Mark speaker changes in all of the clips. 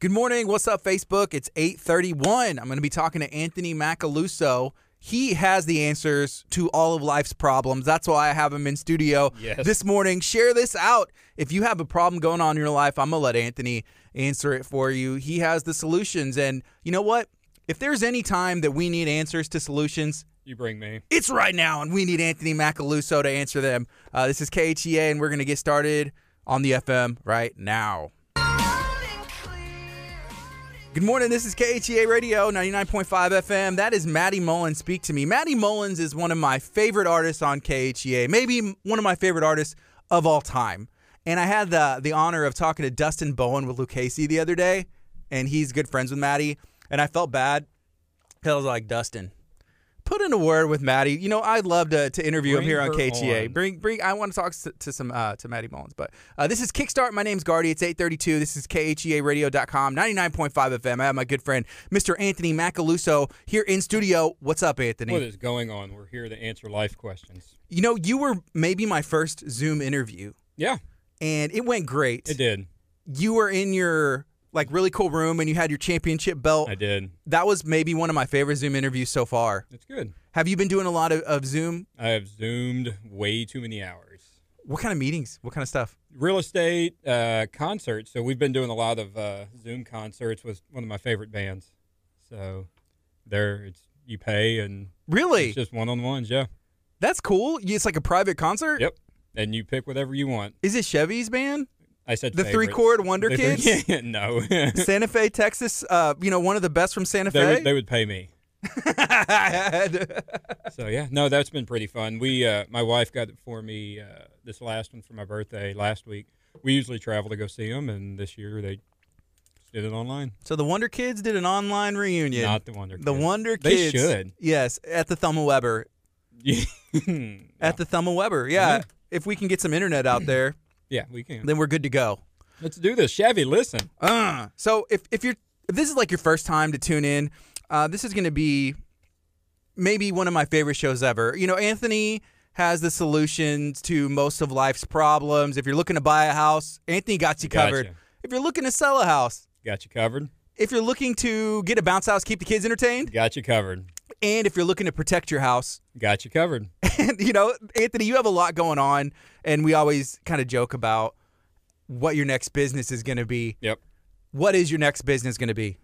Speaker 1: Good morning. What's up, Facebook? It's 831. I'm going to be talking to Anthony Macaluso. He has the answers to all of life's problems. That's why I have him in studio
Speaker 2: Yes.
Speaker 1: this morning. Share this out. If you have a problem going on in your life, I'm going to let Anthony answer it for you. He has the solutions. And you know what? If there's any time that we need answers to solutions,
Speaker 2: You bring me.
Speaker 1: it's right now, and we need Anthony Macaluso to answer them. Uh, this is KHEA, and we're going to get started on the FM right now. Good morning. This is KHEA Radio 99.5 FM. That is Maddie Mullins. Speak to me. Maddie Mullins is one of my favorite artists on KHEA, maybe m- one of my favorite artists of all time. And I had the, the honor of talking to Dustin Bowen with Lucchese the other day, and he's good friends with Maddie. And I felt bad because I was like, Dustin, put in a word with Maddie. You know, I'd love to, to interview him
Speaker 2: Bring
Speaker 1: here on E
Speaker 2: her
Speaker 1: KHEA.
Speaker 2: on.
Speaker 1: Bring, bring. I want to talk to, to some uh, to Maddie Mullins, but uh, this is Kickstart. My name's Guardy. It's eight thirty-two. This is E KHEARadio.com, ninety-nine point five FM. I have my good friend Mr. Anthony Macaluso here in studio. What's up, Anthony?
Speaker 2: What is going on? We're here to answer life questions.
Speaker 1: You know, you were maybe my first Zoom interview,
Speaker 2: Yeah,
Speaker 1: and it went great.
Speaker 2: it did.
Speaker 1: You were in your like really cool room, and you had your championship belt.
Speaker 2: I did.
Speaker 1: That was maybe one of my favorite Zoom interviews so far.
Speaker 2: It's good.
Speaker 1: Have you been doing a lot of, of Zoom?
Speaker 2: I have zoomed way too many hours.
Speaker 1: What kind of meetings? What kind of stuff?
Speaker 2: Real estate, uh, concerts. So we've been doing a lot of uh, Zoom concerts with one of my favorite bands. So there, it's you pay and
Speaker 1: Really?
Speaker 2: it's just one on ones. Yeah.
Speaker 1: That's cool. It's like a private concert.
Speaker 2: Yep. And you pick whatever you want.
Speaker 1: Is it Chevy's band?
Speaker 2: I said
Speaker 1: The three
Speaker 2: favorites.
Speaker 1: chord Wonder
Speaker 2: The three-
Speaker 1: Kids?
Speaker 2: Yeah, no. they,
Speaker 1: Santa Fe, Texas. Uh, you know, one of the best from Santa Fe.
Speaker 2: would, they would pay me. So yeah, no, that's been pretty fun. We, uh, my wife got it for me uh, this last one for my birthday last week. We usually travel to go see them, and this year they did it online.
Speaker 1: so the Wonder Kids did an online reunion.
Speaker 2: Not the Wonder.
Speaker 1: the
Speaker 2: Kids.
Speaker 1: Wonder
Speaker 2: They
Speaker 1: Kids.
Speaker 2: should.
Speaker 1: Yes, at the Thelma Weber. At the Thelma Weber. Yeah. If we can get some internet out there,
Speaker 2: yeah, we can.
Speaker 1: then we're good to go.
Speaker 2: Let's do this, Chevy. Listen,
Speaker 1: Uh, so if, if you're if this is like your first time to tune in, uh, this is going to be maybe one of my favorite shows ever. You know, Anthony has the solutions to most of life's problems. If you're looking to buy a house, Anthony got you
Speaker 2: Gotcha.
Speaker 1: covered. If you're looking to sell a house,
Speaker 2: got you covered.
Speaker 1: if you're looking to get a bounce house, keep the kids entertained,
Speaker 2: Got you covered.
Speaker 1: and if you're looking to protect your house,
Speaker 2: Got you covered.
Speaker 1: and you know, Anthony, you have a lot going on, and we always kind of joke about what your next business is going to be.
Speaker 2: Yep.
Speaker 1: What is your next business going to be?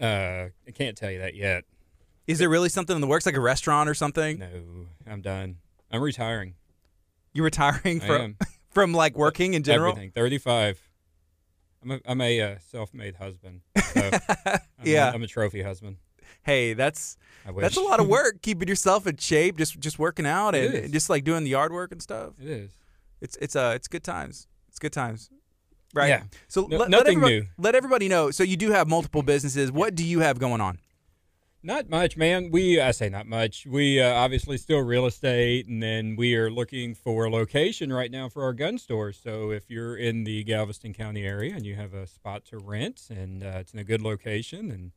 Speaker 2: Uh, I can't tell you that yet.
Speaker 1: Is there really something in the works, like a restaurant or something?
Speaker 2: No, I'm done. I'm retiring.
Speaker 1: You're retiring
Speaker 2: I
Speaker 1: from
Speaker 2: am.
Speaker 1: from like working in general.
Speaker 2: Everything. 35. I'm a, I'm a uh, self-made husband. So I'm
Speaker 1: Yeah.
Speaker 2: A, I'm a trophy husband.
Speaker 1: Hey, that's
Speaker 2: I wish.
Speaker 1: that's a lot of work keeping yourself in shape, just just working out
Speaker 2: It
Speaker 1: and,
Speaker 2: is.
Speaker 1: and just like doing the yard work and stuff.
Speaker 2: It is.
Speaker 1: It's it's uh it's good times. It's good times. Right.
Speaker 2: Yeah.
Speaker 1: So
Speaker 2: No-
Speaker 1: let, let
Speaker 2: nothing
Speaker 1: everybody,
Speaker 2: new.
Speaker 1: let everybody know. So you do have multiple businesses. What do you have going on?
Speaker 2: Not much, man. We I say not much. We uh, obviously still real estate, and then we are looking for a location right now for our gun store. So if you're in the Galveston County area and you have a spot to rent, and uh, it's in a good location, and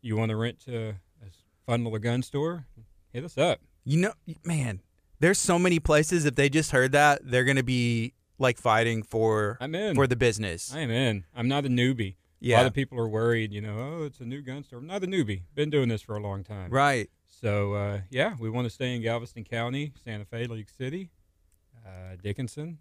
Speaker 2: you want to rent to a s- fun little gun store, hit us up.
Speaker 1: You know, man, there's so many places. If they just heard that, they're gonna be like fighting for
Speaker 2: I'm in.
Speaker 1: for the business.
Speaker 2: I am in. I'm not a newbie. A
Speaker 1: yeah.
Speaker 2: lot of people are worried. You know, oh, it's a new gun store. I'm not a newbie. Been doing this for a long time.
Speaker 1: right.
Speaker 2: So uh, yeah, we want to stay in Galveston County, Santa Fe, League City, uh, Dickinson,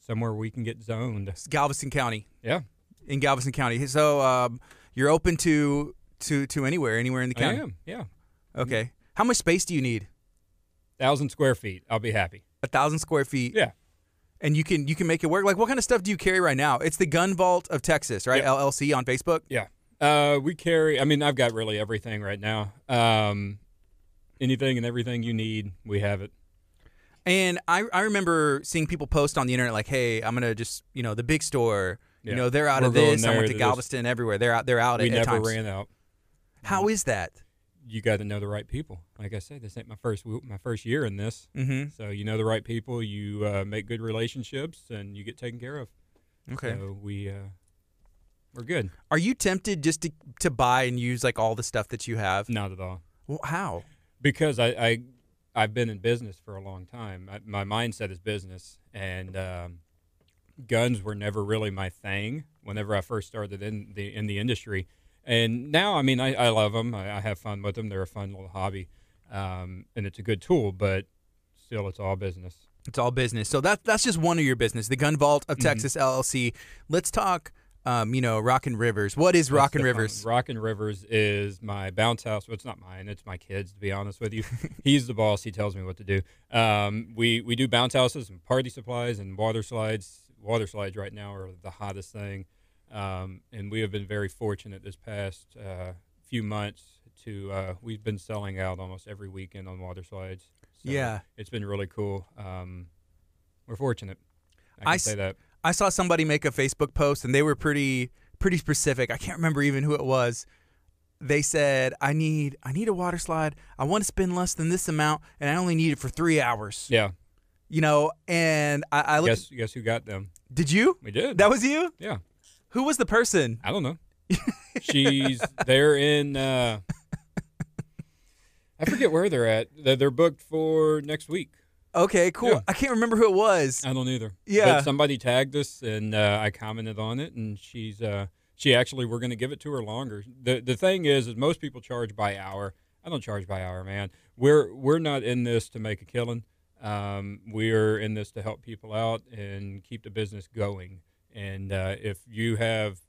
Speaker 2: somewhere we can get zoned.
Speaker 1: It's Galveston County.
Speaker 2: Yeah,
Speaker 1: in Galveston County. So um, you're open to to to anywhere, anywhere in the
Speaker 2: I
Speaker 1: county.
Speaker 2: am. Mm-hmm. Yeah,
Speaker 1: Okay. How much space do you need?
Speaker 2: thousand square feet. I'll be happy.
Speaker 1: A thousand square feet,
Speaker 2: Yeah,
Speaker 1: and you can you can make it work. Like, what kind of stuff do you carry right now? It's the Gun Vault of Texas, right?
Speaker 2: Yeah.
Speaker 1: LLC on Facebook.
Speaker 2: yeah. Uh, we carry. I mean, I've got really everything right now. Um, anything and everything you need, we have it.
Speaker 1: And I I remember seeing people post on the internet like, "Hey, I'm gonna just you know the big store." You
Speaker 2: Yeah.
Speaker 1: know they're out of
Speaker 2: We're going
Speaker 1: this. I
Speaker 2: there,
Speaker 1: went to
Speaker 2: they're
Speaker 1: Galveston everywhere. They're out. They're out
Speaker 2: we
Speaker 1: at, at
Speaker 2: never
Speaker 1: times.
Speaker 2: ran out.
Speaker 1: How is that?
Speaker 2: You got to know the right people. Like I said, this ain't my first my first year in this.
Speaker 1: Mm-hmm.
Speaker 2: So you know the right people. You uh, make good relationships, and you get taken care of.
Speaker 1: Okay.
Speaker 2: So we uh, we're good.
Speaker 1: Are you tempted just to to buy and use like all the stuff that you have?
Speaker 2: Not at all.
Speaker 1: Well, how?
Speaker 2: Because I, I I've been in business for a long time. I, my mindset is business, and um, guns were never really my thing. Whenever I first started in the in the industry, and now I mean I, I love them. I, I have fun with them. They're a fun little hobby, um, and it's a good tool. But still, it's all business.
Speaker 1: It's all business. So that that's just one of your business, the Gun Vault
Speaker 2: Mm-hmm.
Speaker 1: of Texas LLC. Let's talk, um, you know, Rockin' Rivers. What is
Speaker 2: That's
Speaker 1: Rockin'
Speaker 2: the fun-
Speaker 1: Rivers?
Speaker 2: Rockin' Rivers is my bounce house. Well, it's not mine. It's my kids, to be honest with you. He's the boss. He tells me what to do. Um, we we do bounce houses and party supplies and water slides. Water slides right now are the hottest thing, um, and we have been very fortunate this past uh, few months to uh, we've been selling out almost every weekend on water slides. So
Speaker 1: Yeah.
Speaker 2: it's been really cool. Um, we're fortunate. I can
Speaker 1: I s-
Speaker 2: say that.
Speaker 1: I saw somebody make a Facebook post, and they were pretty pretty specific. I can't remember even who it was. They said, "I need I need a water slide. I want to spend less than this amount, and I only need it for three hours."
Speaker 2: Yeah.
Speaker 1: You know, and I, I looked.
Speaker 2: Guess guess who got them?
Speaker 1: Did you?
Speaker 2: We did.
Speaker 1: That was you.
Speaker 2: yeah.
Speaker 1: Who was the person?
Speaker 2: I don't know. She's they're in. Uh, I forget where they're at. They're, they're booked for next week.
Speaker 1: Okay, cool.
Speaker 2: Yeah.
Speaker 1: I can't remember who it was.
Speaker 2: I don't either.
Speaker 1: Yeah.
Speaker 2: But somebody tagged us, and uh, I commented on it, and she's uh, she actually we're going to give it to her longer. the The thing is, is most people charge by hour. I don't charge by hour, man. We're we're not in this to make a killing. Um, we're in this to help people out and keep the business going. And uh, if you have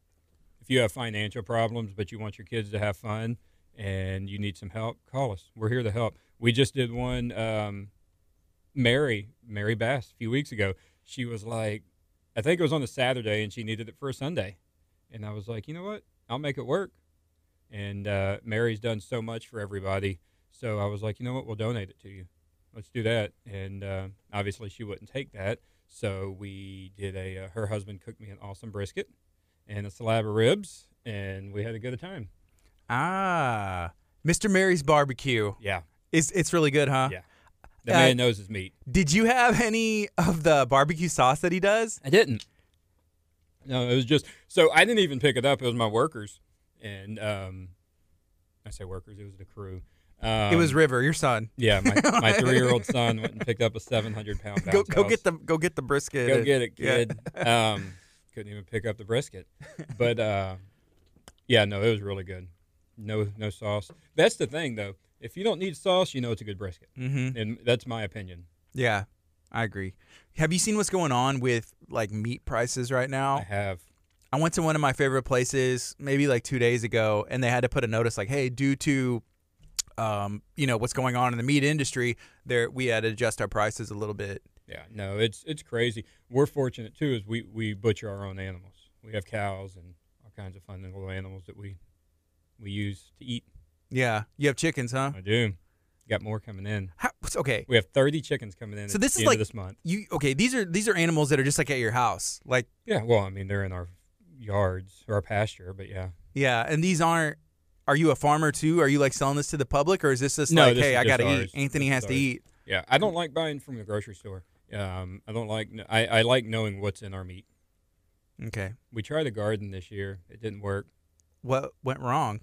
Speaker 2: if you have financial problems, but you want your kids to have fun and you need some help, call us. We're here to help. We just did one. Um, Mary, Mary Bass, a few weeks ago. She was like, I think it was on a Saturday, and she needed it for a Sunday. And I was like, you know what? I'll make it work. And uh, Mary's done so much for everybody, so I was like, you know what? We'll donate it to you. Let's do that. And uh, obviously, she wouldn't take that, so we did a. Uh, her husband cooked me an awesome brisket and a slab of ribs, and we had a good time.
Speaker 1: Ah, Mr. Mary's Barbecue.
Speaker 2: Yeah,
Speaker 1: It's it's really good, huh?
Speaker 2: yeah. The
Speaker 1: Uh,
Speaker 2: man knows his meat.
Speaker 1: Did you have any of the barbecue sauce that he does?
Speaker 2: I didn't. No, it was just so I didn't even pick it up. It was my workers, and um, I say workers. It was the crew. Um,
Speaker 1: it was River, your son.
Speaker 2: yeah. My, my three year old son went and picked up a seven hundred pound.
Speaker 1: Go
Speaker 2: bounce
Speaker 1: go
Speaker 2: house.
Speaker 1: get the go get the brisket.
Speaker 2: Go
Speaker 1: and-
Speaker 2: get it,
Speaker 1: yeah.
Speaker 2: kid. um, couldn't even pick up the brisket, but uh, yeah, no, it was really good. No, no sauce. That's the thing, though. If you don't need sauce, you know it's a good brisket,
Speaker 1: Mhm.
Speaker 2: and that's my opinion.
Speaker 1: Yeah, I agree. Have you seen what's going on with like meat prices right
Speaker 2: I
Speaker 1: now?
Speaker 2: have.
Speaker 1: I went to one of my favorite places maybe like two days ago, and they had to put a notice like, "Hey, due to." Um, you know what's going on in the meat industry. There, we had to adjust our prices a little bit.
Speaker 2: Yeah, no, it's it's crazy. We're fortunate too, is we we butcher our own animals. We have cows and all kinds of fun little animals that we we use to eat.
Speaker 1: Yeah, you have chickens, huh?
Speaker 2: I do. Got more coming in.
Speaker 1: How, okay,
Speaker 2: We have thirty chickens coming in.
Speaker 1: So
Speaker 2: at
Speaker 1: this
Speaker 2: the
Speaker 1: is
Speaker 2: end of
Speaker 1: like-
Speaker 2: this month.
Speaker 1: you okay? These are these are animals that are just like at your house, like
Speaker 2: Yeah, well, I mean they're in our yards or our pasture, but yeah.
Speaker 1: Yeah, and these aren't. Are you a farmer too? Are you like selling this to the public, or is this just
Speaker 2: No,
Speaker 1: like,
Speaker 2: this
Speaker 1: hey,
Speaker 2: is
Speaker 1: I
Speaker 2: just
Speaker 1: gotta
Speaker 2: ours.
Speaker 1: eat. Anthony
Speaker 2: This
Speaker 1: has
Speaker 2: is
Speaker 1: to
Speaker 2: ours.
Speaker 1: eat.
Speaker 2: Yeah, I don't like buying from the grocery store. Um, I don't like. I, I like knowing what's in our meat.
Speaker 1: Okay,
Speaker 2: We tried a garden this year. It didn't work.
Speaker 1: what went wrong?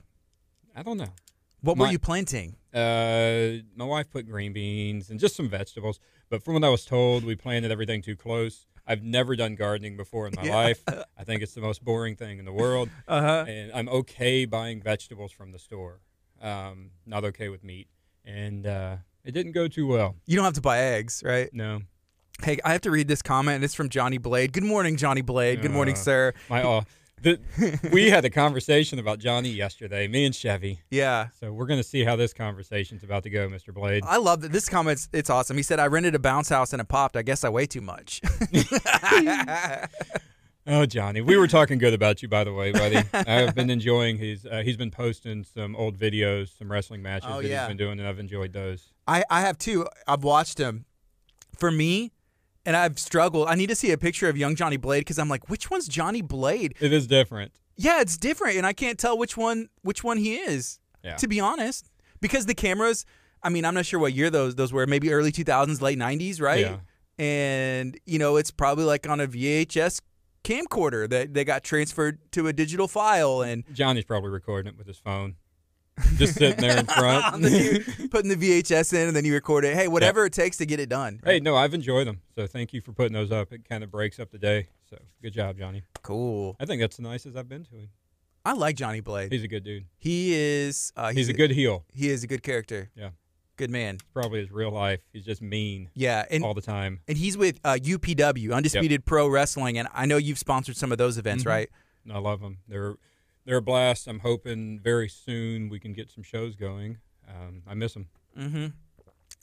Speaker 2: I don't know.
Speaker 1: What were
Speaker 2: My-
Speaker 1: you planting?
Speaker 2: Uh, my wife put green beans and just some vegetables. But from what I was told, we planted everything too close. I've never done gardening before in my
Speaker 1: Yeah.
Speaker 2: life. I think it's the most boring thing in the world.
Speaker 1: Uh huh.
Speaker 2: And I'm okay buying vegetables from the store. Um, not okay with meat. And uh, it didn't go too well.
Speaker 1: You don't have to buy eggs, right?
Speaker 2: No,
Speaker 1: Hey, I have to read this comment. and It's from Johnny Blade. Good morning, Johnny Blade. Good morning,
Speaker 2: Uh.
Speaker 1: sir.
Speaker 2: my aw. The, we had a conversation about Johnny yesterday, me and Chevy.
Speaker 1: Yeah.
Speaker 2: So we're going to see how this conversation's about to go, Mr. Blade.
Speaker 1: I love that this comment's it's awesome. He said, I rented a bounce house and it popped. I guess I weigh too much.
Speaker 2: Oh, Johnny, we were talking good about you, by the way, buddy. I've been enjoying his. Uh, he's been posting some old videos, some wrestling matches
Speaker 1: Oh,
Speaker 2: that
Speaker 1: yeah.
Speaker 2: he's been doing, and I've enjoyed those.
Speaker 1: I, I have too. I've watched him. For me, and I've struggled. I need to see a picture of young Johnny Blade because I'm like, which one's Johnny Blade?
Speaker 2: It is different.
Speaker 1: yeah, it's different, and I can't tell which one which one he is.
Speaker 2: Yeah.
Speaker 1: To be honest, because the cameras, I mean, I'm not sure what year those those were. Maybe early 2000s, late 90s, right?
Speaker 2: Yeah.
Speaker 1: And you know, it's probably like on a VHS camcorder that they got transferred to a digital file, and
Speaker 2: Johnny's probably recording it with his phone. just sitting there in
Speaker 1: And then
Speaker 2: front.
Speaker 1: you putting the VHS in and then you record it. Hey, whatever it takes to get it done.
Speaker 2: hey, no, I've enjoyed them. So thank you for putting those up. It kind of breaks up the day. So good job, Johnny.
Speaker 1: Cool.
Speaker 2: I think that's the nicest I've been to him.
Speaker 1: I like Johnny Blade.
Speaker 2: He's a good dude.
Speaker 1: He is. Uh,
Speaker 2: He's a good heel.
Speaker 1: He is a good character.
Speaker 2: Yeah.
Speaker 1: Good man.
Speaker 2: It's probably his real life. He's just mean
Speaker 1: Yeah, and
Speaker 2: all the time.
Speaker 1: and he's with uh, UPW, Undisputed Pro Wrestling, and I know you've sponsored some of those events,
Speaker 2: Mhm.
Speaker 1: right?
Speaker 2: And I love them. They're they're a blast. I'm hoping very soon we can get some shows going. Um, I miss them.
Speaker 1: Mm-hmm.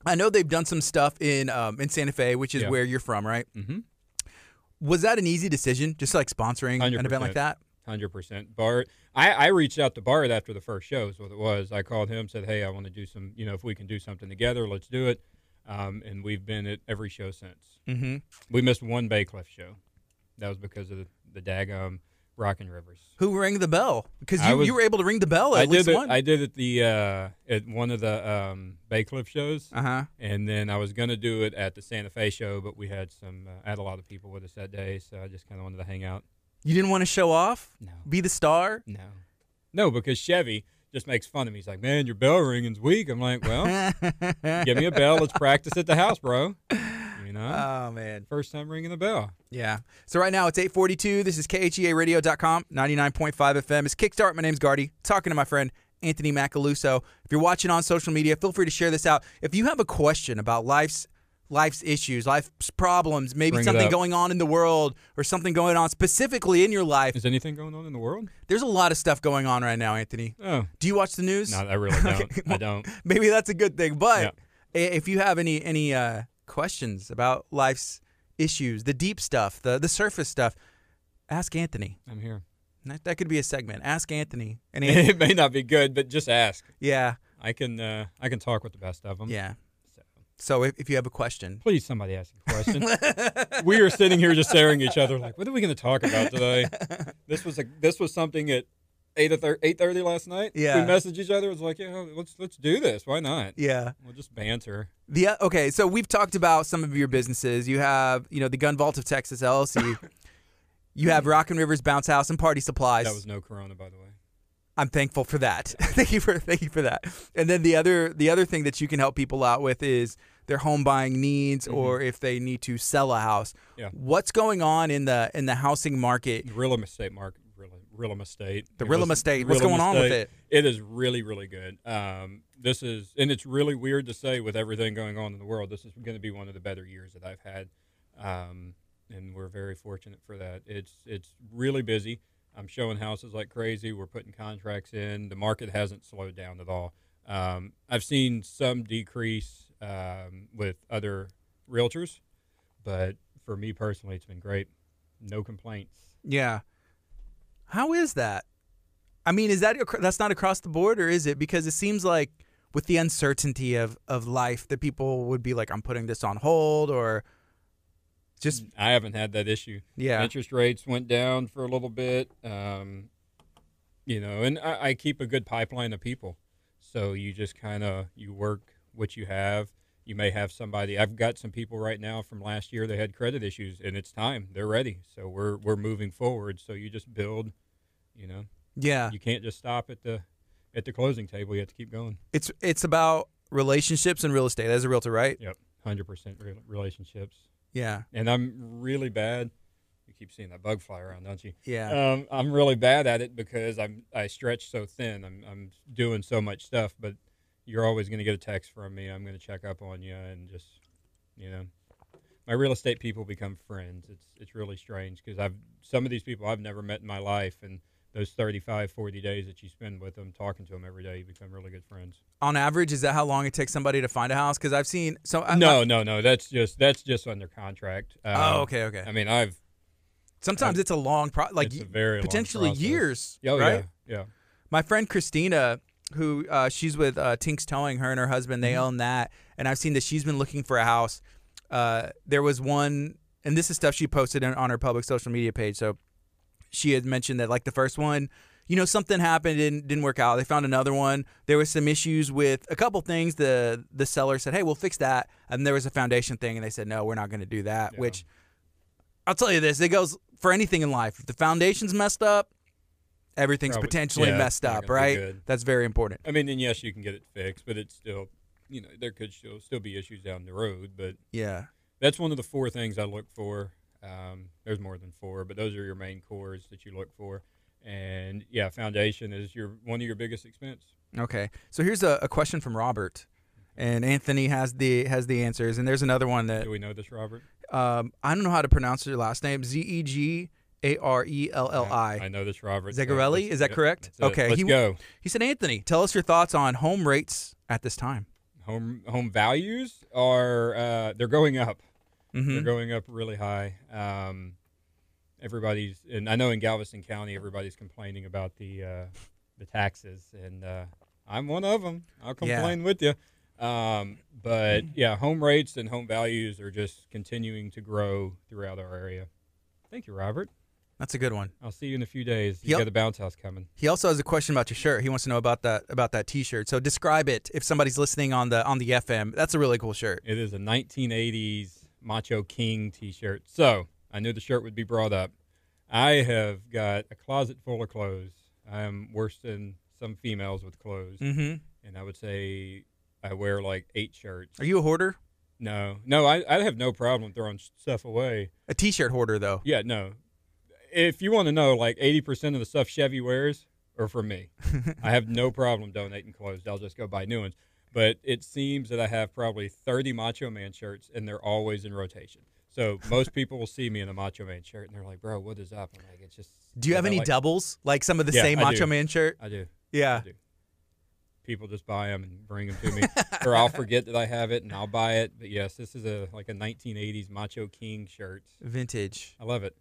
Speaker 1: I know they've done some stuff in um, in Santa Fe, which is
Speaker 2: Yeah.
Speaker 1: where you're from, right?
Speaker 2: Mm-hmm.
Speaker 1: Was that an easy decision, just like sponsoring an event like
Speaker 2: 100%.
Speaker 1: that?
Speaker 2: Hundred percent. Bart, I, I reached out to Bart after the first show. Is what it was. I called him, said, "Hey, I want to do some. You know, if we can do something together, let's do it." Um, and we've been at every show since.
Speaker 1: Mm-hmm.
Speaker 2: We missed one Baycliff show. That was because of the, the Dagum Rockin' Rivers.
Speaker 1: Who rang the bell? Because
Speaker 2: I
Speaker 1: you,
Speaker 2: was-
Speaker 1: you were able to ring the bell at
Speaker 2: I
Speaker 1: least
Speaker 2: did it.
Speaker 1: one.
Speaker 2: I did it the uh, at one of the um, Baycliff shows,
Speaker 1: uh huh.
Speaker 2: and then I was gonna do it at the Santa Fe show, but we had some. Uh, I had a lot of people with us that day, so I just kind of wanted to hang out.
Speaker 1: You didn't want to show off,
Speaker 2: No.
Speaker 1: be the star.
Speaker 2: No. No, because Chevy just makes fun of me. He's like, man, your bell ringing's weak. I'm like, well, give me a bell. Let's practice at the house, bro. You know?
Speaker 1: oh man.
Speaker 2: First time ringing the bell.
Speaker 1: Yeah. So right now it's 842. This is E KHEAradio.com, 99.5 FM. It's Kickstart. My name's Gardy. Talking to my friend Anthony Macaluso. If you're watching on social media, feel free to share this out. If you have a question about life's life's issues, life's problems, maybe
Speaker 2: Bring it
Speaker 1: something
Speaker 2: up.
Speaker 1: going on in the world or something going on specifically in your life,
Speaker 2: Is anything going on in the world?
Speaker 1: there's a lot of stuff going on right now, Anthony.
Speaker 2: Oh,
Speaker 1: Do you watch the news?
Speaker 2: no, I really don't. I don't.
Speaker 1: maybe that's a good thing. But i if you have any any uh, questions about life's issues, the deep stuff, the the surface stuff, ask Anthony.
Speaker 2: I'm here.
Speaker 1: That, that could be a segment. Ask Anthony. And Anthony
Speaker 2: it may not be good, but just ask.
Speaker 1: yeah,
Speaker 2: I can uh, I can talk with the best of them.
Speaker 1: yeah.
Speaker 2: Um, So,
Speaker 1: So if, if you have a question,
Speaker 2: please, somebody ask a question. we are sitting here just staring at each other, like, what are we going to talk about today? This was a this was something at eight eight thirty last night.
Speaker 1: Yeah.
Speaker 2: we messaged each other. It was like, yeah, let's let's do this. Why not?
Speaker 1: yeah.
Speaker 2: We'll just banter.
Speaker 1: The o- okay. So we've talked about some of your businesses. You have you know the Gun Vault of Texas LLC. you have Rock and Rivers Bounce House and Party Supplies.
Speaker 2: That was no Corona, by the way.
Speaker 1: I'm thankful for that. thank you for thank you for that. And then the other the other thing that you can help people out with is their home buying needs or if they need to sell a house.
Speaker 2: Mm-hmm. Yeah.
Speaker 1: What's going on in the in the housing market?
Speaker 2: The real estate market, real, real estate.
Speaker 1: The
Speaker 2: It
Speaker 1: real
Speaker 2: was-
Speaker 1: estate. What's going on with it?
Speaker 2: It is really, really good. Um, this is, and it's really weird to say with everything going on in the world. This is going to be one of the better years that I've had, um, and we're very fortunate for that. It's it's really busy. I'm showing houses like crazy. We're putting contracts in. The market hasn't slowed down at all. Um, I've seen some decrease um, with other realtors, but for me personally, it's been great. No complaints.
Speaker 1: Yeah. How is that? I mean, is that acro- that's not across the board or is it? Because it seems like with the uncertainty of of life that people would be like I'm putting this on hold or just
Speaker 2: I haven't had that issue.
Speaker 1: yeah.
Speaker 2: interest rates went down for a little bit. Um, you know, and I, I keep a good pipeline of people, so you just kind of you work what you have. You may have somebody. I've got some people right now from last year. They had credit issues, and it's time. They're ready, so we're we're moving forward. So you just build. You know,
Speaker 1: Yeah.
Speaker 2: you can't just stop at the at the closing table. You have to keep going.
Speaker 1: It's it's about relationships and real estate as a realtor, right?
Speaker 2: Yep, hundred percent relationships.
Speaker 1: Yeah.
Speaker 2: And I'm really bad. You keep seeing that bug fly around, don't you?
Speaker 1: Yeah.
Speaker 2: Um, I'm really bad at it because I'm I stretch so thin. I'm I'm doing so much stuff, but you're always going to get a text from me. I'm going to check up on you and just you know, my real estate people become friends. It's it's really strange because I've some of these people I've never met in my life, and those 35, 40 days that you spend with them, talking to them every day, you become really good friends.
Speaker 1: on average, is that how long it takes somebody to find a house? Because I've seen so. I,
Speaker 2: no, no, no. That's just that's just under contract. Um,
Speaker 1: I- oh, okay, okay.
Speaker 2: I mean, I've
Speaker 1: Sometimes it's a long pro, like
Speaker 2: it's a very long
Speaker 1: potentially
Speaker 2: process.
Speaker 1: years.
Speaker 2: Oh,
Speaker 1: right?
Speaker 2: yeah, yeah.
Speaker 1: My friend Christina, who uh, she's with uh, Tinks Towing, her and her husband, they own that, and I've seen that she's been looking for a house. Uh, there was one, and this is stuff she posted on, on her public social media page. So she had mentioned that like the first one you know something happened didn't didn't work out they found another one there was some issues with a couple things the the seller said hey we'll fix that and there was a foundation thing and they said no we're not going to do that
Speaker 2: Yeah.
Speaker 1: which i'll tell you this it goes for anything in life if the foundation's messed up everything's
Speaker 2: Probably-
Speaker 1: potentially
Speaker 2: yeah, it's
Speaker 1: messed
Speaker 2: not
Speaker 1: up,
Speaker 2: gonna be
Speaker 1: right?
Speaker 2: good.
Speaker 1: That's very important.
Speaker 2: I mean, then yes, you can get it fixed, but it's still, you know, there could still still be issues down the road. But
Speaker 1: Yeah.
Speaker 2: that's one of the four things I look for. Um, there's more than four, but those are your main cores that you look for. And yeah, foundation is your one of your biggest expense.
Speaker 1: Okay. So here's a, a question from Robert, and Anthony has the has the answers, and there's another one that
Speaker 2: Do we know this, Robert?
Speaker 1: um, I don't know how to pronounce your last name. Z e g a r e l l i.
Speaker 2: I know this, Robert. so
Speaker 1: Zegarelli,
Speaker 2: let's-
Speaker 1: is that
Speaker 2: yep,
Speaker 1: correct?
Speaker 2: that's it.
Speaker 1: Okay,
Speaker 2: let's
Speaker 1: he-
Speaker 2: go.
Speaker 1: He said, Anthony, tell us your thoughts on home rates at this time.
Speaker 2: Home home values are uh, they're going up.
Speaker 1: hmm
Speaker 2: They're going up really high. Um, everybody's, and I know in Galveston County, everybody's complaining about the uh, the taxes, and uh, I'm one of them. I'll
Speaker 1: Yeah. Hmm.
Speaker 2: complain with you. Um, but yeah, home rates and home values are just continuing to grow throughout our area. Thank you, Robert.
Speaker 1: That's a good one.
Speaker 2: I'll see you in a few days. You
Speaker 1: Yep.
Speaker 2: got the bounce house coming.
Speaker 1: He also has a question about your shirt. He wants to know about that about that T-shirt. So describe it if somebody's listening on the on the FM. That's a really cool shirt.
Speaker 2: It is a 1980s Macho King T-shirt. So I knew the shirt would be brought up. I have got a closet full of clothes. I am worse than some females with clothes,
Speaker 1: Mm-hmm.
Speaker 2: and I would say I wear like eight shirts.
Speaker 1: Are you a hoarder?
Speaker 2: No, no, I, I have no problem throwing stuff away.
Speaker 1: A T-shirt hoarder though.
Speaker 2: Yeah, no. If you want to know, like eighty percent of the stuff Chevy wears are from me. I have no problem donating clothes. I'll just go buy new ones. But it seems that I have probably thirty Macho Man shirts, and they're always in rotation. So most people will see me in a Macho Man shirt, and they're like, "Bro, what is up?" I'm like, "It's just."
Speaker 1: Do you have
Speaker 2: I
Speaker 1: any
Speaker 2: like-
Speaker 1: doubles? Like some of the
Speaker 2: Yeah,
Speaker 1: same
Speaker 2: I
Speaker 1: Macho
Speaker 2: do.
Speaker 1: Man shirt?
Speaker 2: I do.
Speaker 1: Yeah.
Speaker 2: People just buy them and bring them to me, or I'll forget that I have it and I'll buy it. But yes, this is a like a 1980s Macho King shirt.
Speaker 1: Vintage.
Speaker 2: I love it.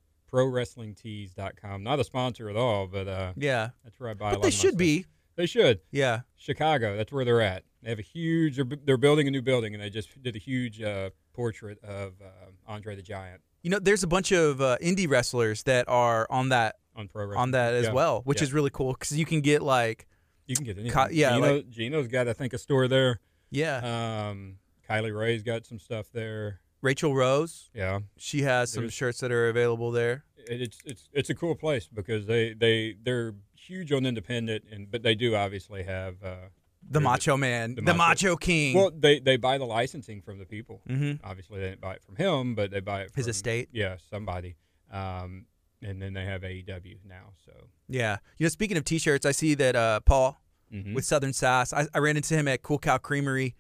Speaker 2: ProWrestlingTees.com. Not a sponsor at all, but uh,
Speaker 1: Yeah.
Speaker 2: that's where I buy. a
Speaker 1: But
Speaker 2: lot
Speaker 1: they
Speaker 2: of my
Speaker 1: should
Speaker 2: stuff.
Speaker 1: be.
Speaker 2: They should.
Speaker 1: Yeah.
Speaker 2: Chicago. That's where they're at. They have a huge. They're, bu- they're building a new building, and they just did a huge uh, portrait of uh, Andre the Giant
Speaker 1: You know, there's a bunch of uh, indie wrestlers that are on that
Speaker 2: on pro wrestling.
Speaker 1: on that as
Speaker 2: Yeah.
Speaker 1: well, which
Speaker 2: Yeah.
Speaker 1: is really cool because you can get like,
Speaker 2: You can get anything.
Speaker 1: Co- yeah,
Speaker 2: Gino, Gino's got I think a store there.
Speaker 1: yeah,
Speaker 2: Um, Kylie Ray's got some stuff there.
Speaker 1: Rachel Rose,
Speaker 2: Yeah,
Speaker 1: she has some
Speaker 2: There's-
Speaker 1: shirts that are available there.
Speaker 2: it, it's it's it's a cool place because they they they're huge on independent, and but they do obviously have. Uh,
Speaker 1: The
Speaker 2: There's a-
Speaker 1: Macho Man, the,
Speaker 2: the
Speaker 1: macho.
Speaker 2: Macho-
Speaker 1: King,
Speaker 2: well, they they buy the licensing from the people.
Speaker 1: hmm
Speaker 2: Obviously, they didn't buy it from him, but they buy it from
Speaker 1: his estate.
Speaker 2: Yeah, somebody. Um, and then they have AEW now. So
Speaker 1: Yeah, you know, speaking of T-shirts, I see that uh, Paul
Speaker 2: Mhm.
Speaker 1: with Southern Sass. I, I ran into him at Cool Cow Creamery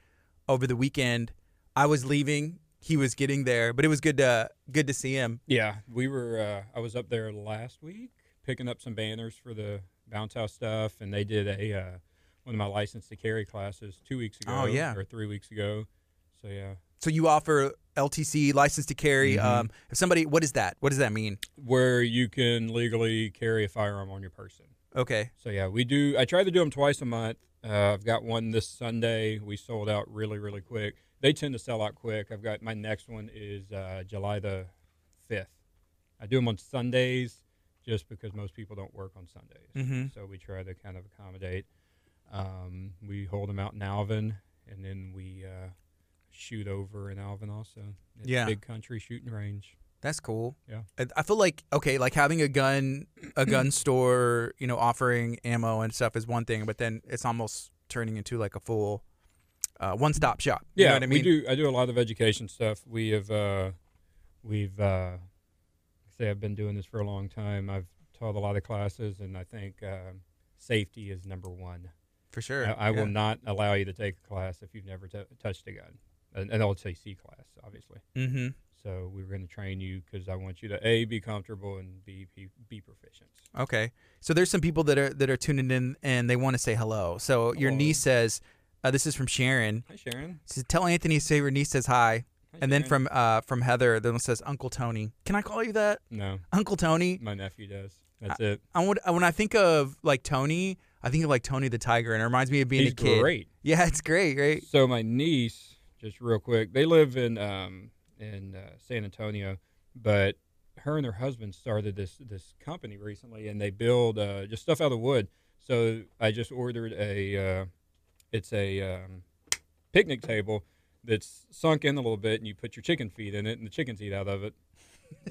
Speaker 1: over the weekend. I was leaving, he was getting there, but it was good to good to see him.
Speaker 2: yeah, we were. Uh, I was up there last week picking up some banners for the bounce house stuff, and they did a uh, one of my license to carry classes two weeks ago.
Speaker 1: Oh, yeah.
Speaker 2: or three weeks ago. So yeah,
Speaker 1: So you offer LTC license to carry.
Speaker 2: Mhm.
Speaker 1: Um, if somebody, what is that? What does that mean?
Speaker 2: where you can legally carry a firearm on your person.
Speaker 1: Okay.
Speaker 2: So yeah, we do. I try to do them twice a month. Uh, I've got one this Sunday. We sold out really, really quick. They tend to sell out quick. I've got my next one is uh, July the fifth. I do them on Sundays, just because most people don't work on Sundays.
Speaker 1: Mm-hmm.
Speaker 2: So we try to kind of accommodate. Um, we hold them out in Alvin, and then we uh, shoot over in Alvin also. It's a
Speaker 1: Yeah.
Speaker 2: big country shooting range.
Speaker 1: That's cool.
Speaker 2: Yeah.
Speaker 1: I- I feel like okay, like having a gun, a gun store, you know, offering ammo and stuff is one thing, but then it's almost turning into like a full uh, one-stop shop. You know what I mean?
Speaker 2: we do. I do a lot of education stuff. We have, uh, we've, uh, say I've been doing this for a long time. I've taught a lot of classes, and I think um safety is number one.
Speaker 1: for sure.
Speaker 2: I, I
Speaker 1: yeah.
Speaker 2: will not allow you to take a class if you've never t- touched a gun, an, an LTC class, obviously.
Speaker 1: Mm-hmm.
Speaker 2: So we we're going to train you because I want you to a be comfortable and b be, be proficient.
Speaker 1: Okay. So there's some people that are that are tuning in and they want to say hello. So your
Speaker 2: Hello.
Speaker 1: niece says, uh, "This is from Sharon."
Speaker 2: Hi, Sharon.
Speaker 1: She says, "Tell Anthony to say your niece says hi."
Speaker 2: Hi,
Speaker 1: And then
Speaker 2: Sharon.
Speaker 1: from uh, from Heather, the one says, "Uncle Tony." Can I call you that,
Speaker 2: no,
Speaker 1: Uncle Tony?
Speaker 2: my nephew does.
Speaker 1: Uh,
Speaker 2: That's it.
Speaker 1: I would, when I think of like Tony, I think of like Tony the Tiger, and it reminds me of being
Speaker 2: He's
Speaker 1: a kid.
Speaker 2: great.
Speaker 1: Yeah, it's great, right?
Speaker 2: So my niece, just real quick, they live in um, in uh, San Antonio, but her and her husband started this this company recently, and they build uh, just stuff out of wood. So I just ordered a uh, it's a um, picnic table that's sunk in a little bit, and you put your chicken feet in it, and the chickens eat out of it.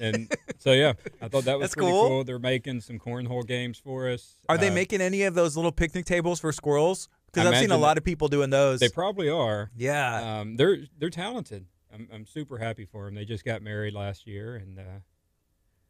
Speaker 2: and so yeah, I thought that was
Speaker 1: That's
Speaker 2: pretty
Speaker 1: cool.
Speaker 2: cool. They're making some cornhole games for us.
Speaker 1: Are they
Speaker 2: Uh,
Speaker 1: making any of those little picnic tables for squirrels? Because
Speaker 2: I
Speaker 1: I've seen a
Speaker 2: imagine
Speaker 1: lot of people doing those.
Speaker 2: They probably are.
Speaker 1: yeah.
Speaker 2: Um, they're they're talented. I'm I'm super happy for them. They just got married last year, and uh,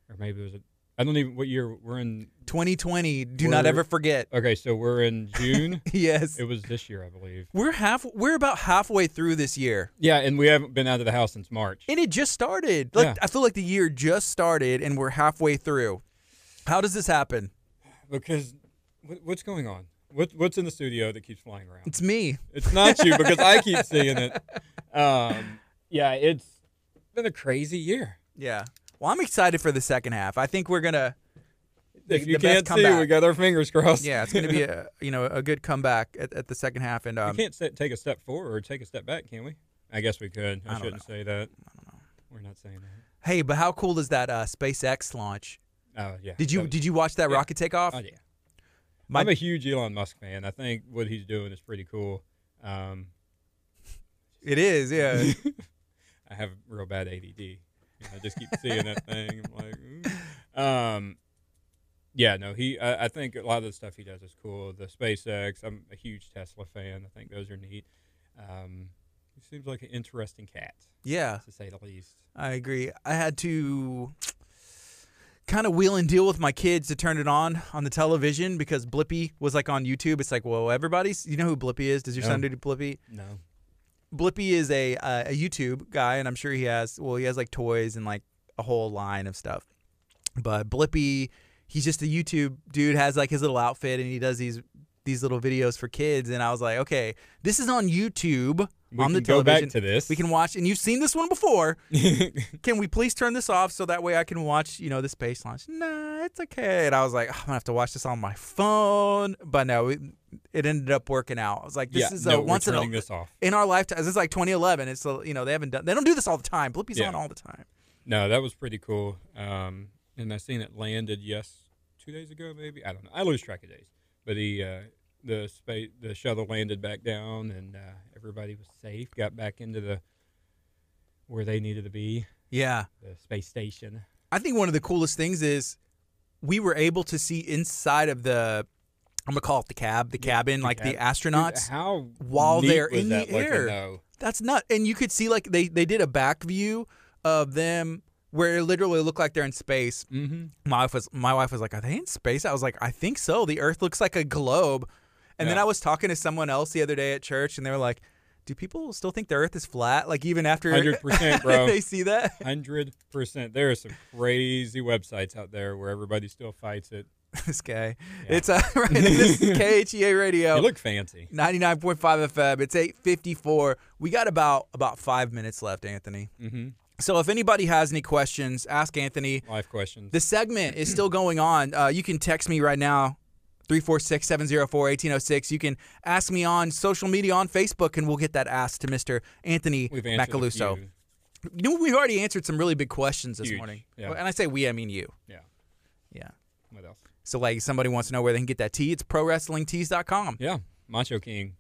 Speaker 2: or maybe it was a, I don't even what year we're in.
Speaker 1: 2020. Do
Speaker 2: We're-
Speaker 1: not ever forget.
Speaker 2: Okay, so we're in June.
Speaker 1: Yes.
Speaker 2: it was this year, I believe.
Speaker 1: We're half. We're about halfway through this year,
Speaker 2: Yeah, and we haven't been out of the house since March.
Speaker 1: and it just started. Like
Speaker 2: Yeah.
Speaker 1: I feel like the year just started, and we're halfway through. How does this happen?
Speaker 2: because what, what's going on? What, what's in the studio that keeps flying around?
Speaker 1: It's me.
Speaker 2: It's not you because I keep seeing it. Um, yeah, it's been a crazy year.
Speaker 1: Yeah. Well, I'm excited for the second half. I think we're gonna.
Speaker 2: If
Speaker 1: The- the
Speaker 2: you
Speaker 1: best
Speaker 2: can't see, we
Speaker 1: comeback.
Speaker 2: got our fingers crossed.
Speaker 1: Yeah, it's gonna be a you know a good comeback at, at the second half, and um,
Speaker 2: we can't se- take a step forward or take a step back, can we? I guess we could.
Speaker 1: I
Speaker 2: I,
Speaker 1: don't
Speaker 2: shouldn't say that. I don't know. We're not saying that.
Speaker 1: Hey, but how cool is that uh, SpaceX launch?
Speaker 2: Oh yeah.
Speaker 1: Did you
Speaker 2: That-
Speaker 1: did you watch that rocket take off?
Speaker 2: oh yeah.
Speaker 1: My-
Speaker 2: I'm a huge Elon Musk fan. I think what he's doing is pretty cool. Um,
Speaker 1: It is, yeah.
Speaker 2: I have real bad ADD. You know, I just keep seeing that thing. I'm like, "Mm." um, yeah, no, he. I, I think a lot of the stuff he does is cool. The SpaceX. I'm a huge Tesla fan. I think those are neat. Um, he seems like an interesting cat,
Speaker 1: yeah,
Speaker 2: to say the least.
Speaker 1: I agree. I had to kind of wheel and deal with my kids to turn it on on the television because Blippy was like on YouTube. It's like, well, everybody's you know who Blippy is? Does your son
Speaker 2: No.
Speaker 1: do Blippy?
Speaker 2: No.
Speaker 1: Blippy is a uh, a YouTube guy, and I'm sure he has. Well, he has like toys and like a whole line of stuff. But Blippy, he's just a YouTube dude. Has like his little outfit, and he does these these little videos for kids. And I was like, okay, this is on YouTube
Speaker 2: We
Speaker 1: on
Speaker 2: can
Speaker 1: the
Speaker 2: go
Speaker 1: television.
Speaker 2: back to this.
Speaker 1: we can watch, and you've seen this one before. Can we please turn this off so that way I can watch, you know, the space launch? Nah, it's okay. And I was like, I'm gonna have to watch this on my phone. But no, it, it ended up working out. I was like, this
Speaker 2: yeah,
Speaker 1: is a
Speaker 2: no, we're
Speaker 1: once in a
Speaker 2: turning this off.
Speaker 1: in our lifetime. This is like 2011. It's uh, you know they haven't done they don't do this all the time. Blippi's
Speaker 2: Yeah.
Speaker 1: on all the time.
Speaker 2: No, that was pretty cool. Um, and I seen it landed yes two days ago maybe. I don't know. I lose track of days. But the uh, the space the shuttle landed back down and uh, everybody was safe. Got back into the where they needed to be,
Speaker 1: Yeah,
Speaker 2: the space station.
Speaker 1: I think one of the coolest things is we were able to see inside of the I'm gonna call it the cab, the cabin, like the
Speaker 2: cab.
Speaker 1: astronauts.
Speaker 2: How
Speaker 1: while
Speaker 2: neat
Speaker 1: they're
Speaker 2: was
Speaker 1: in
Speaker 2: that
Speaker 1: the
Speaker 2: looking,
Speaker 1: air.
Speaker 2: though?
Speaker 1: That's nut. And you could see like they they did a back view of them where it literally looked like they're in space.
Speaker 2: Mm-hmm.
Speaker 1: My wife was my wife was like, "Are they in space?" I was like, "I think so. The Earth looks like a globe." And then
Speaker 2: Yeah.
Speaker 1: I was talking to someone else the other day at church, and they were like, "Do people still think the Earth is flat? Like even after
Speaker 2: 100%, bro.
Speaker 1: they see that?"
Speaker 2: Hundred percent. There are some crazy websites out there where everybody still fights it.
Speaker 1: this guy,
Speaker 2: Yeah.
Speaker 1: it's uh, right, this is KHEA
Speaker 2: They
Speaker 1: Radio,
Speaker 2: look fancy.
Speaker 1: ninety nine point five FM. It's eight fifty four. We got about about five minutes left, Anthony.
Speaker 2: hmm
Speaker 1: So if anybody has any questions, ask Anthony.
Speaker 2: Life questions.
Speaker 1: The segment is still going on. Uh, you can text me right now, 346 704 1806. You can ask me on social media on Facebook, and we'll get that asked to Mr. Anthony
Speaker 2: We've answered a
Speaker 1: Macaluso.
Speaker 2: few.
Speaker 1: You know, we've already answered some really big questions this
Speaker 2: Huge,
Speaker 1: morning.
Speaker 2: yeah.
Speaker 1: And I say we, I mean you.
Speaker 2: Yeah.
Speaker 1: Yeah.
Speaker 2: What else?
Speaker 1: So, like, somebody wants to know where they can get that tea, it's prowrestlingtees.com.
Speaker 2: Yeah, Macho King.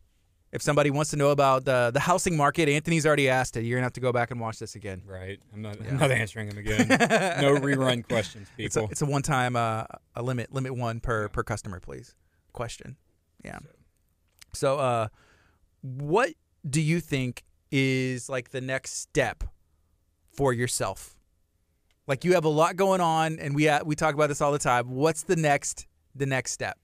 Speaker 1: If somebody wants to know about uh, the housing market, Anthony's already asked it. You're going to have to go back and watch this again.
Speaker 2: Right. I'm not. I'm not answering him again. no rerun questions,
Speaker 1: It's a,
Speaker 2: people.
Speaker 1: it's a one time uh, a limit limit one per per customer, please. Question. Yeah. So, uh, what do you think is like the next step for yourself? Like you have a lot going on, and we uh, we talk about this all the time. What's the next the next step?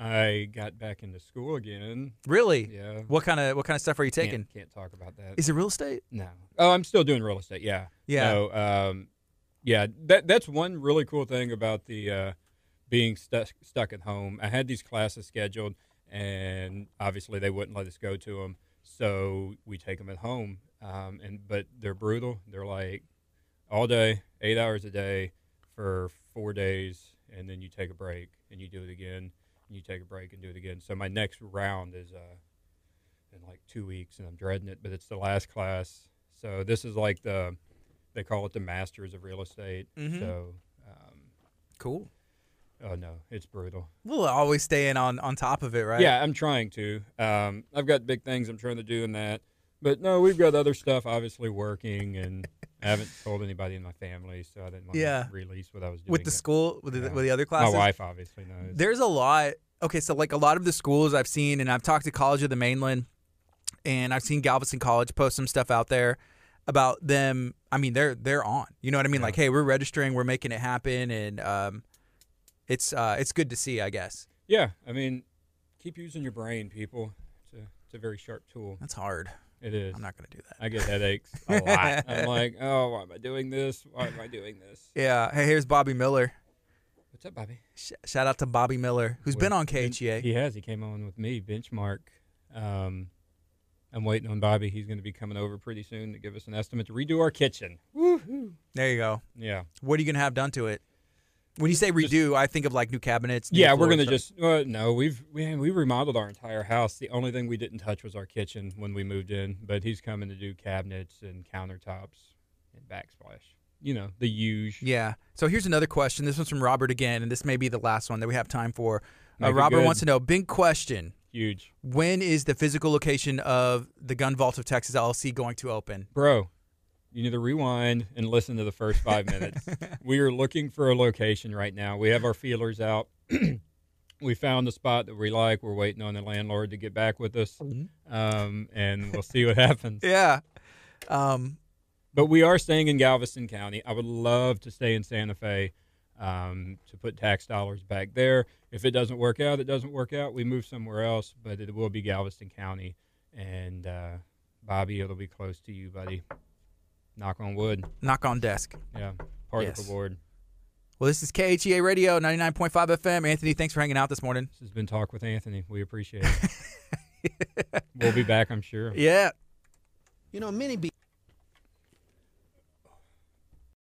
Speaker 2: I got back into school again.
Speaker 1: Really?
Speaker 2: Yeah.
Speaker 1: What kind of what kind of stuff are you taking?
Speaker 2: Can't, can't talk about that.
Speaker 1: Is it real estate?
Speaker 2: no. Oh, I'm still doing real estate. Yeah.
Speaker 1: Yeah.
Speaker 2: So, um, yeah. That that's one really cool thing about the uh, being stuck stuck at home. I had these classes scheduled, and obviously they wouldn't let us go to them, so we take them at home. Um, and but they're brutal. They're like all day, eight hours a day for four days, and then you take a break and you do it again, and you take a break and do it again. So my next round is uh, in like two weeks, and I'm dreading it, but it's the last class. So this is like the they call it the masters of real estate.
Speaker 1: Mhm.
Speaker 2: So um,
Speaker 1: Cool.
Speaker 2: oh no, it's brutal.
Speaker 1: Well, always staying on on top of it, right?
Speaker 2: Yeah, I'm trying to. Um, I've got big things I'm trying to do in that, but no, we've got other stuff obviously working and I haven't told anybody in my family, so I didn't want
Speaker 1: Yeah.
Speaker 2: to release what I was doing.
Speaker 1: with the
Speaker 2: it.
Speaker 1: school with the,
Speaker 2: Yeah.
Speaker 1: with the other
Speaker 2: my
Speaker 1: classes?
Speaker 2: wife obviously knows.
Speaker 1: There's a lot. Okay, so like a lot of the schools I've seen, and I've talked to College of the Mainland, and I've seen Galveston College post some stuff out there about them. I mean, they're they're on. You know what I mean?
Speaker 2: Yeah.
Speaker 1: Like, hey, we're registering, we're making it happen, and um, it's uh, it's good to see, I guess.
Speaker 2: yeah, I mean, keep using your brain, people. It's a, it's a very sharp tool.
Speaker 1: That's hard.
Speaker 2: It is.
Speaker 1: I'm not gonna do that.
Speaker 2: I get headaches a lot. I'm like, oh, why am I doing this? Why am I doing this?
Speaker 1: Yeah. Hey, here's Bobby Miller.
Speaker 2: What's up, Bobby?
Speaker 1: Sh- shout out to Bobby Miller, who's been
Speaker 2: Well,
Speaker 1: on E
Speaker 2: Ben-
Speaker 1: KHEA.
Speaker 2: He has. He came on with me, Benchmark. Um, I'm waiting on Bobby. He's going to be coming over pretty soon to give us an estimate to redo our kitchen. Woohoo!
Speaker 1: there you go.
Speaker 2: Yeah.
Speaker 1: What are you gonna have done to it? When you say redo, I think of like new cabinets. new
Speaker 2: yeah, we're
Speaker 1: floors,
Speaker 2: gonna
Speaker 1: stuff.
Speaker 2: just uh, no. We've we, we remodeled our entire house. The only thing we didn't touch was our kitchen when we moved in. But he's coming to do cabinets and countertops and backsplash. You know the huge.
Speaker 1: Yeah. So here's another question. This one's from Robert again, and this may be the last one that we have time for.
Speaker 2: Make
Speaker 1: Uh,
Speaker 2: it
Speaker 1: Robert
Speaker 2: good.
Speaker 1: wants to know big question.
Speaker 2: huge,
Speaker 1: When is the physical location of the Gun Vault of Texas LLC going to open?
Speaker 2: bro. You need to rewind and listen to the first five minutes. we are looking for a location right now. We have our feelers out. we found the spot that we like. We're waiting on the landlord to get back with us, um, and we'll see what happens.
Speaker 1: Yeah. Um,
Speaker 2: But we are staying in Galveston County. I would love to stay in Santa Fe um, to put tax dollars back there. If it doesn't work out, it doesn't work out. We move somewhere else, but it will be Galveston County. And uh, Bobby, it'll be close to you, buddy. Knock on wood.
Speaker 1: knock on desk.
Speaker 2: Yeah, part of
Speaker 1: Yes.
Speaker 2: the board.
Speaker 1: Well, this is KHEA Radio, 99.5 FM. Anthony, thanks for hanging out this morning.
Speaker 2: This has been Talk with Anthony. We appreciate it. we'll be back, I'm sure.
Speaker 1: Yeah.
Speaker 3: You know, many be